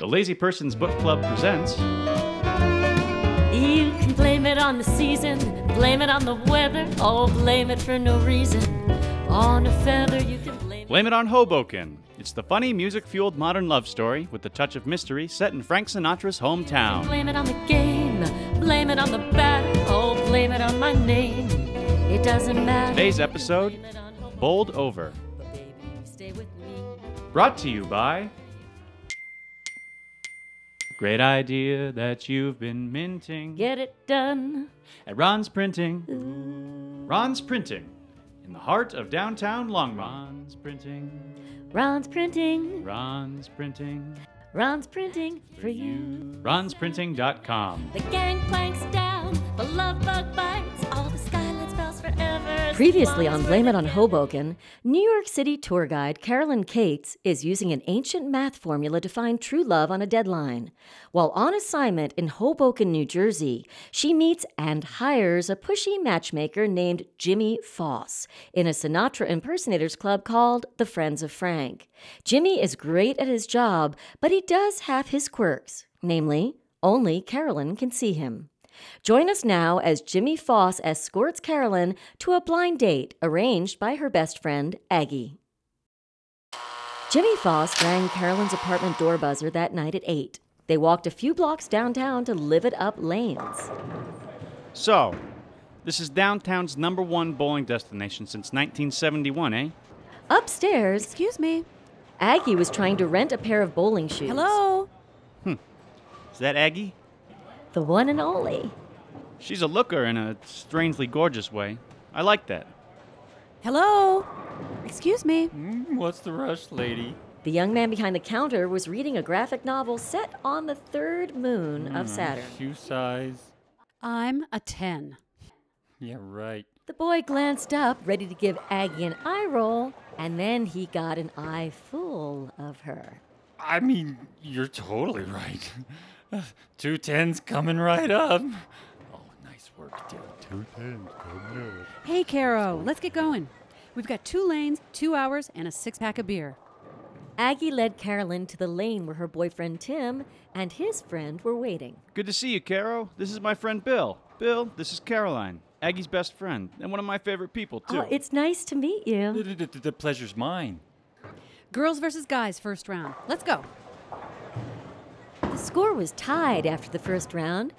The Lazy Person's Book Club presents You can blame it on the season, blame it on the weather, or blame it for no reason. On a feather, you can blame it. Blame It on Hoboken. It's the funny, music fueled modern love story with a touch of mystery set in Frank Sinatra's hometown. Blame it on the game, blame it on the batter, or blame it on my name. It doesn't matter. Today's episode Blame it on Hoboken, Bowled Over. but baby, stay with me. Brought to you by. Great idea that you've been minting Get it done. at Ron's Printing. Ron's Printing. In the heart of downtown Longmont. Ron's Printing. Ron's printing, Ron's Printing. Ron's printing for you. Ron'sPrinting.com. The gangplank's down, the love bug bites, all the skyline spells forever. Previously on Blame It on Hoboken, New York City tour guide Carolyn Cates is using an ancient math formula to find true love on a deadline. While on assignment in Hoboken, New Jersey, she meets and hires a pushy matchmaker named Jimmy Foss in a Sinatra impersonators club called the Friends of Frank. Jimmy is great at his job, but he does have his quirks, namely, only Carolyn can see him. Join us now as Jimmy Foss escorts Carolyn to a blind date arranged by her best friend, Aggie. Jimmy Foss rang Carolyn's apartment door buzzer that night at 8. They walked a few blocks downtown to live it up lanes. So, this is downtown's number one bowling destination since 1971, eh? Upstairs, Excuse me. Aggie was trying to rent a pair of bowling shoes. Hello. Is that Aggie? The one and only. She's a looker in a strangely gorgeous way. I like that. Hello. Excuse me. Hmm, What's the rush, lady? The young man behind the counter was reading a graphic novel set on the third moon of Saturn. Shoe size. I'm a 10. Yeah, right. The boy glanced up, ready to give Aggie an eye roll, and then he got an eye full of her. I mean, you're totally right. Two tens coming right up. Oh, nice work, dude. Two tens coming up. Hey, Caro, let's get going. We've got two lanes, two hours, and a six pack of beer. Aggie led Carolyn to the lane where her boyfriend Tim and his friend were waiting. Good to see you, Caro. This is my friend Bill. Bill, this is Caroline, Aggie's best friend, and one of my favorite people, too. Oh, it's nice to meet you. The, the- the- the pleasure's mine. Girls versus guys, first round. Let's go. The score was tied after the first round.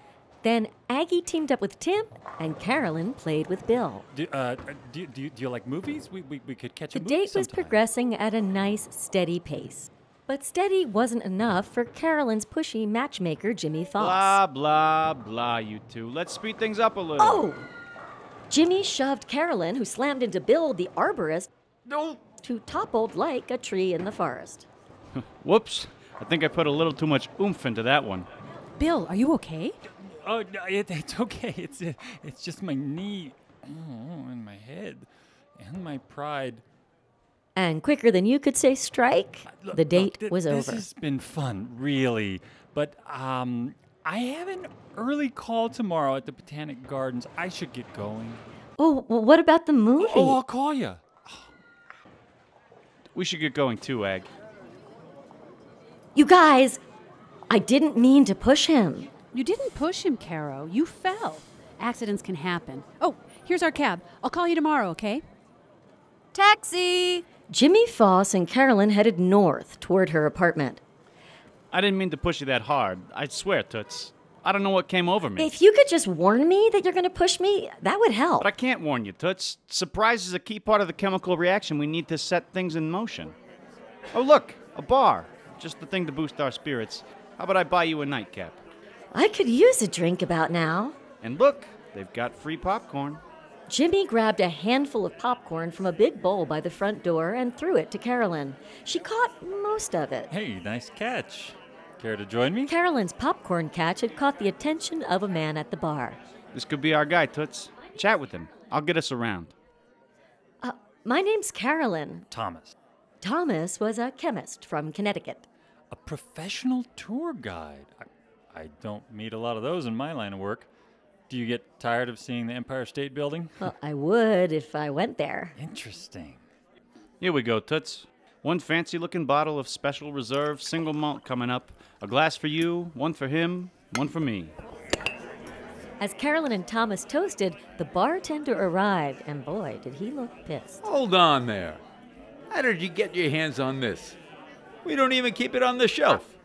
Then Aggie teamed up with Tim, and Carolyn played with Bill. Do, uh, do, do, you- do you like movies? We, we, we could catch The a movie date was sometime. progressing at a nice, steady pace. But steady wasn't enough for Carolyn's pushy matchmaker, Jimmy Foss. blah, blah, blah, you two. Let's speed things up a little. Oh! Jimmy shoved Carolyn, who slammed into Bill, the arborist, No! who toppled like a tree in the forest. Whoops. I think I put a little too much oomph into that one. Bill, are you okay? Oh, no, it, it's okay. It's, uh, it's just my knee. Oh, and my head. And my pride. And quicker than you could say strike, Uh, Look, the look, date th- was this over. has been fun, really. But um, I have an early call tomorrow at the Botanic Gardens. I should get going. Oh, well, what about the movie? Oh, I'll call you. We should get going, too, Aggie. You guys, I didn't mean to push him. You didn't push him, Caro. You fell. Accidents can happen. Oh, here's our cab. I'll call you tomorrow, okay? Taxi! Jimmy Foss and Carolyn headed north toward her apartment. I didn't mean to push you that hard. I swear, Toots. I don't know what came over me. If you could just warn me that you're going to push me, that would help. But I can't warn you, Toots. Surprise is a key part of the chemical reaction we need to set things in motion. Oh, look, a bar. Just the thing to boost our spirits. How about I buy you a nightcap? I could use a drink about now. And look, they've got free popcorn. Jimmy grabbed a handful of popcorn from a big bowl by the front door and threw it to Carolyn. She caught most of it. Hey, nice catch. Care to join me? Carolyn's popcorn catch had caught the attention of a man at the bar. This could be our guy, Toots. Chat with him. I'll get us around. Uh, my name's Carolyn. Thomas, Thomas was a chemist from Connecticut. a professional tour guide. I, I don't meet a lot of those in my line of work. Do you get tired of seeing the Empire State Building? Well, I would if I went there. Interesting. Here we go, Toots. One fancy looking bottle of special reserve single malt coming up. A glass for you, one for him, one for me. As Carolyn and Thomas toasted, the bartender arrived, and boy, did he look pissed. Hold on there. How did you get your hands on this? We don't even keep it on the shelf.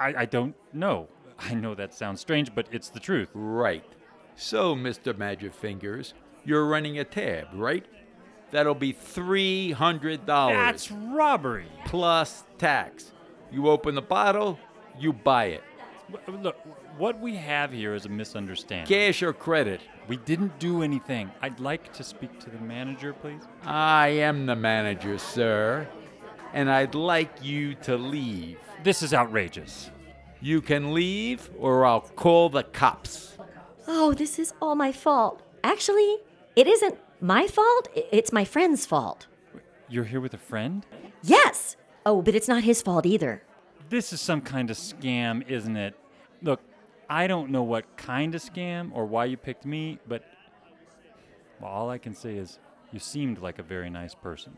I, I don't know. I know that sounds strange, but it's the truth. Right. So, Mr. Magic Fingers, you're running a tab, right? That'll be $300 That's robbery. plus tax. You open the bottle, you buy it. W- Look, what we have here is a misunderstanding. Cash or credit? We didn't do anything. I'd like to speak to the manager, please. I am the manager, sir, and I'd like you to leave. This is outrageous. You can leave, or I'll call the cops. Oh, this is all my fault. Actually, it isn't my fault, i- it's my friend's fault. You're here with a friend? Yes! Oh, but it's not his fault either. This is some kind of scam, isn't it? Look, I don't know what kind of scam or why you picked me, but well, all I can say is you seemed like a very nice person.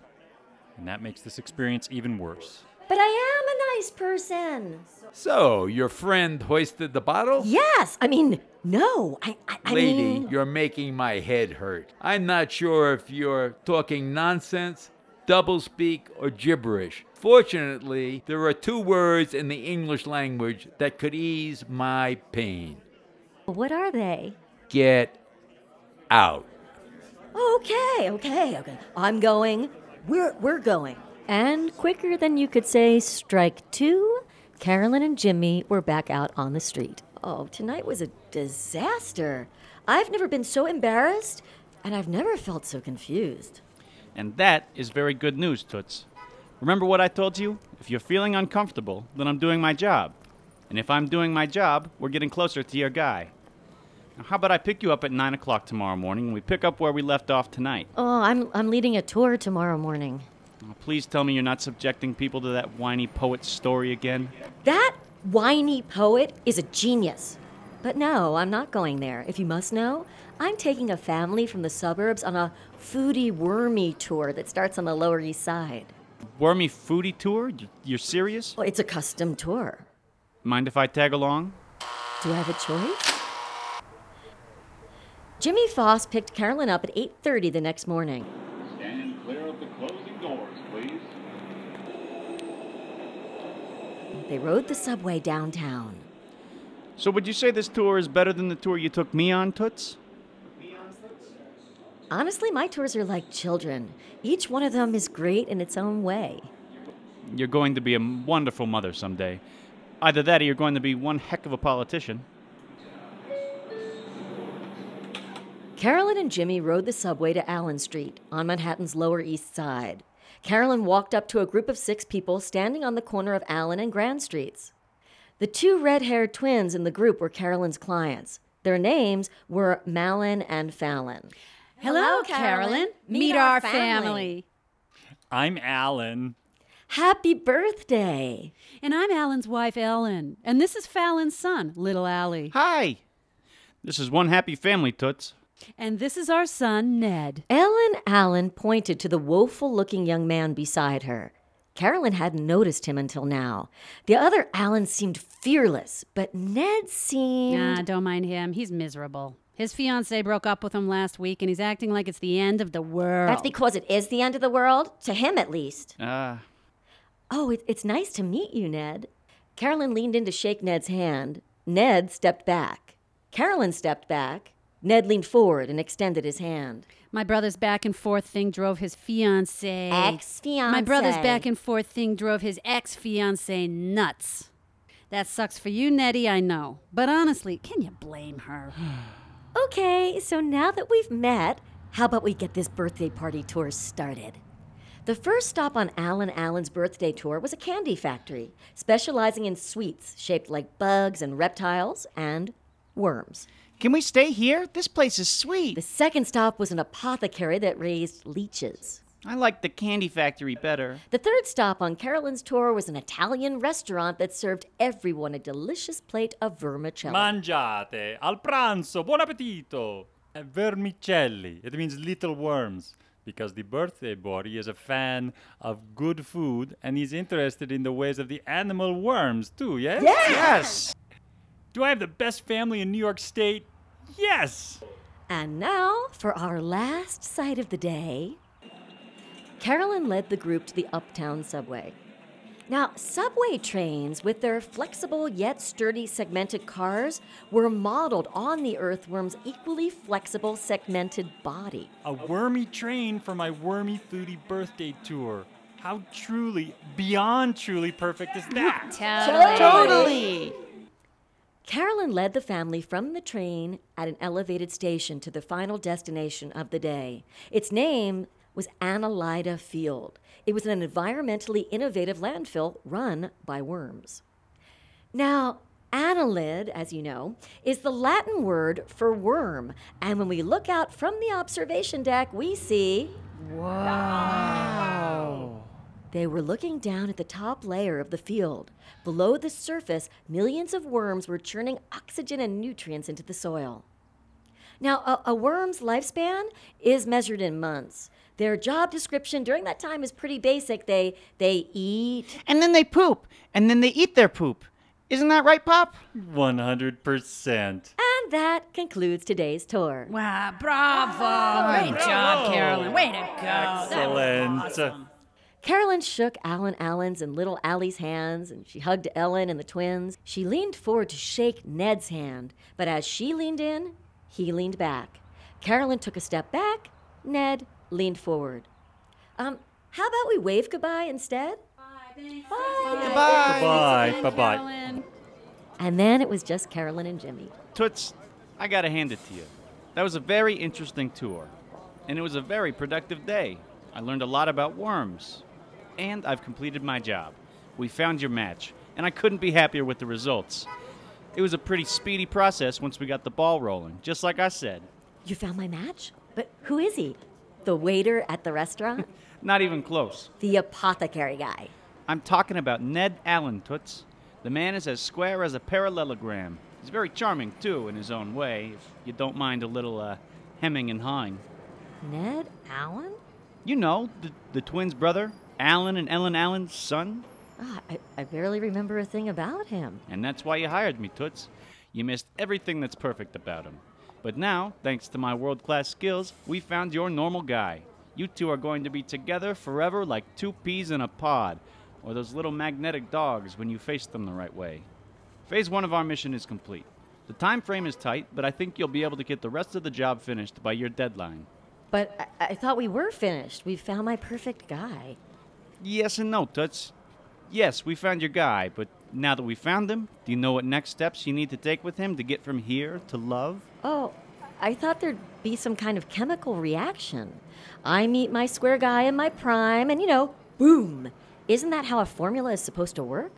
And that makes this experience even worse. But I am a nice person. So, your friend hoisted the bottle? Yes, I mean, no, I, I, I Lady, mean, you're making my head hurt. I'm not sure if you're talking nonsense, doublespeak, or gibberish. Fortunately, there are two words in the English language that could ease my pain. what are they? Get out. Okay, okay, okay. I'm going. We're we're going. And quicker than you could say strike two, Carolyn and Jimmy were back out on the street. Oh, tonight was a disaster. I've never been so embarrassed, and I've never felt so confused. And that is very good news, Toots. Remember what I told you? If you're feeling uncomfortable, then I'm doing my job. And if I'm doing my job, we're getting closer to your guy. Now, how about I pick you up at 9 o'clock tomorrow morning and we pick up where we left off tonight? Oh, I'm I'm leading a tour tomorrow morning. Now, Please tell me you're not subjecting people to that whiny poet story again. That whiny poet is a genius. But no, I'm not going there. If you must know, I'm taking a family from the suburbs on a foodie wormy tour that starts on the Lower East Side. Wormy foodie tour? Y- You're serious? Well, it's a custom tour. Mind if I tag along? Do I have a choice? Jimmy Foss picked Carolyn up at 8:30 the next morning. Stand clear of the closing doors, please. They rode the subway downtown. So, would you say this tour is better than the tour you took me on, Toots? Honestly, my tours are like children. Each one of them is great in its own way. You're going to be a m- wonderful mother someday. Either that or you're going to be one heck of a politician. Carolyn and Jimmy rode the subway to Allen Street on Manhattan's Lower East Side. Carolyn walked up to a group of six people standing on the corner of Allen and Grand Streets. The two red haired twins in the group were Carolyn's clients. Their names were Malin and Fallon. Hello, Carolyn. Meet, our, family. I'm Alan. Happy birthday! And I'm Alan's wife, Ellen. And this is Fallon's son, Little Allie. Hi! This is one happy family, Toots. And this is our son, Ned. Ellen Allen pointed to the woeful looking young man beside her. Carolyn hadn't noticed him until now. The other Allen seemed fearless, but Ned seemed. Nah, don't mind him. He's miserable. His fiancee broke up with him last week, and he's acting like it's the end of the world. That's because it is the end of the world, to him at least. Ah, Oh, it, it's nice to meet you, Ned. Carolyn leaned in to shake Ned's hand. Ned stepped back. Carolyn stepped back. Ned leaned forward and extended his hand. My brother's back and forth thing drove his fiancee. Ex-fiancé. My brother's back and forth thing drove his ex fiancee nuts. That sucks for you, Nettie, I know. But honestly, can you blame her? Okay, so now that we've met, how about we get this birthday party tour started? The first stop on Alan Allen's birthday tour was a candy factory, specializing in sweets shaped like bugs and reptiles and worms. Can we stay here? This place is sweet. The second stop was an apothecary that raised leeches. I like the candy factory better. The third stop on Carolyn's tour was an Italian restaurant that served everyone a delicious plate of vermicelli. Mangiate, Eh, al pranzo, buon appetito. Uh, Vermicelli. It means little worms. because the birthday boy is a fan of good food and he's interested in the ways of the animal worms too, yes? Yes! Do I have the best family in New York State? Yes! And now for our last sight of the day. Carolyn led the group to the uptown subway. Now, subway trains, with their flexible yet sturdy segmented cars, were modeled on the earthworm's equally flexible segmented body. A wormy train for my wormy foodie birthday tour. How truly, beyond truly perfect is that? Totally. Carolyn led the family from the train at an elevated station to the final destination of the day. Its name was Annelida Field. It was an environmentally innovative landfill run by worms. Now, annelid, as you know, is the Latin word for worm. And when we look out from the observation deck, we see. They were looking down at the top layer of the field. Below the surface, millions of worms were churning oxygen and nutrients into the soil. Now, a, a worm's lifespan is measured in months. Their job description during that time is pretty basic. They they eat. And then they poop. And then they eat their poop. Isn't that right, Pop? 100%. And that concludes today's tour. Wow, Oh, bravo. Great job, Carolyn. Way to go. That was Excellent. Carolyn shook Alan Allen's and little Allie's hands, and she hugged Ellen and the twins. She leaned forward to shake Ned's hand, but as she leaned in, he leaned back. Carolyn took a step back, Ned leaned forward. Um, how about we wave goodbye instead? Bye. Bye bye. Carolyn. And then it was just Carolyn and Jimmy. Toots, I gotta hand it to you. That was a very interesting tour, and it was a very productive day. I learned a lot about worms, and I've completed my job. We found your match, and I couldn't be happier with the results. It was a pretty speedy process once we got the ball rolling, just like I said. You found my match? But who is he? The waiter at the restaurant? Not even close. the apothecary guy. I'm talking about Ned Allen, Toots. The man is as square as a parallelogram. He's very charming, too, in his own way, if you don't mind a little uh, hemming and hawing. Ned Allen? You know, the, the twins' brother, Alan and Ellen Allen's son. Ah, I, I barely remember a thing about him. And that's why you hired me, Toots. You missed everything that's perfect about him. But now, thanks to my world class skills, we found your normal guy. You two are going to be together forever like two peas in a pod, or those little magnetic dogs when you face them the right way. Phase one of our mission is complete. The time frame is tight, but I think you'll be able to get the rest of the job finished by your deadline. But I, I thought we were finished. We found my perfect guy. Yes and no, Toots. Yes, we found your guy, but now that we found him, do you know what next steps you need to take with him to get from here to love? Oh, I thought there'd be some kind of chemical reaction. I meet my square guy in my prime, and you know, boom. Isn't that how a formula is supposed to work?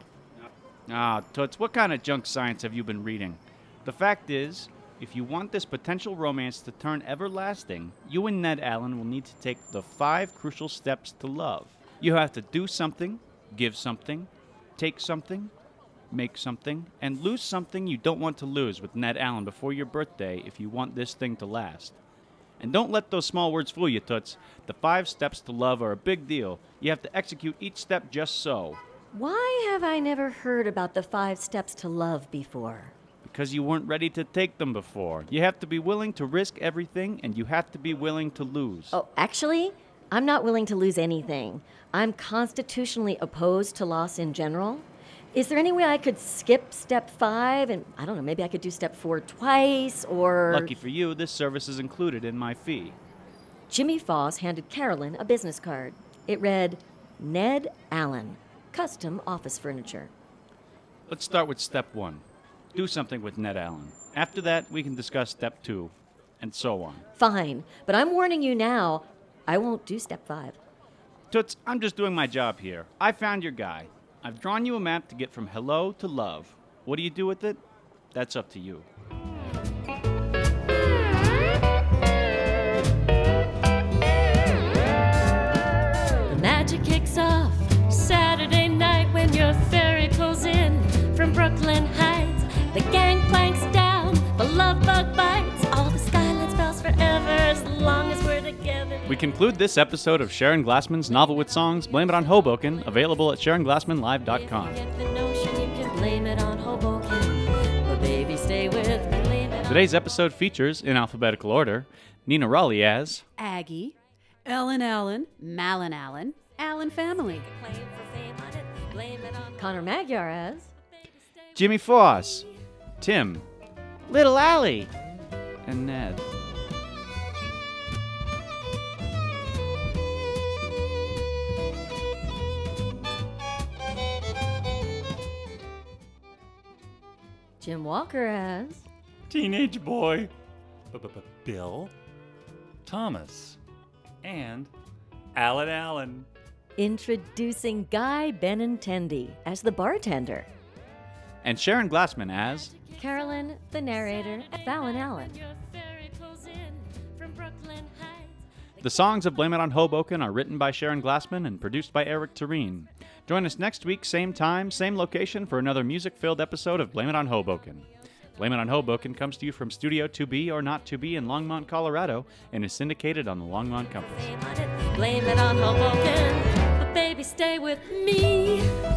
Ah, Toots, what kind of junk science have you been reading? The fact is, if you want this potential romance to turn everlasting, you and Ned Allen will need to take the five crucial steps to love. You have to do something, give something, take something, make something, and lose something you don't want to lose with Ned Allen before your birthday if you want this thing to last. And don't let those small words fool you, Toots. The five steps to love are a big deal. You have to execute each step just so, Why have I never heard about the five steps to love before? because you weren't ready to take them before. You have to be willing to risk everything and you have to be willing to lose. Oh, actually, I'm not willing to lose anything. I'm constitutionally opposed to loss in general. Is there any way I could skip step five and I don't know, maybe I could do step four twice or. Lucky for you, this service is included in my fee. Jimmy Foss handed Carolyn a business card. It read, Ned Allen, Custom Office Furniture. Let's start with step one do something with Ned Allen. After that, we can discuss step two, and so on. Fine, but I'm warning you now, I won't do step five. Toots, I'm just doing my job here. I found your guy. I've drawn you a map to get from hello to love. What do you do with it? That's up to you. The magic kicks off Saturday night when your ferry pulls in from Brooklyn Heights. The gangplank's down, the love bug bites. All the skyline spells forever as long as we're together. We conclude this episode of Sharon Glassman's novel with songs, Blame It on Hoboken, available at SharonGlassmanLive.com. Get the notion you can blame it on Hoboken. But baby, stay with me. Blame it on Today's episode features, in alphabetical order, Nina Raleigh as Aggie, Ellen Allen, Malin Allen, Allen family. claim for fame on it. Blame it on Connor Magyar as Jimmy Foss, Tim, Little Allie, and Ned. Jim Walker as Teenage boy. Bill. Thomas. And Alan Allen. introducing Guy Benintendi as the bartender, And Sharon Glassman as Carolyn the narrator, Fallon Allen. your ferry pulls in from Brooklyn Heights. The songs of Blame It on Hoboken are written by Sharon Glassman and produced by Eric Tureen. Join us next week, same time, same location, for another music filled episode of Blame It on Hoboken. Blame It on Hoboken comes to you from Studio 2B or Not 2B in Longmont, Colorado, and is syndicated on the Longmont Compass. Blame it on Hoboken. But baby, stay with me.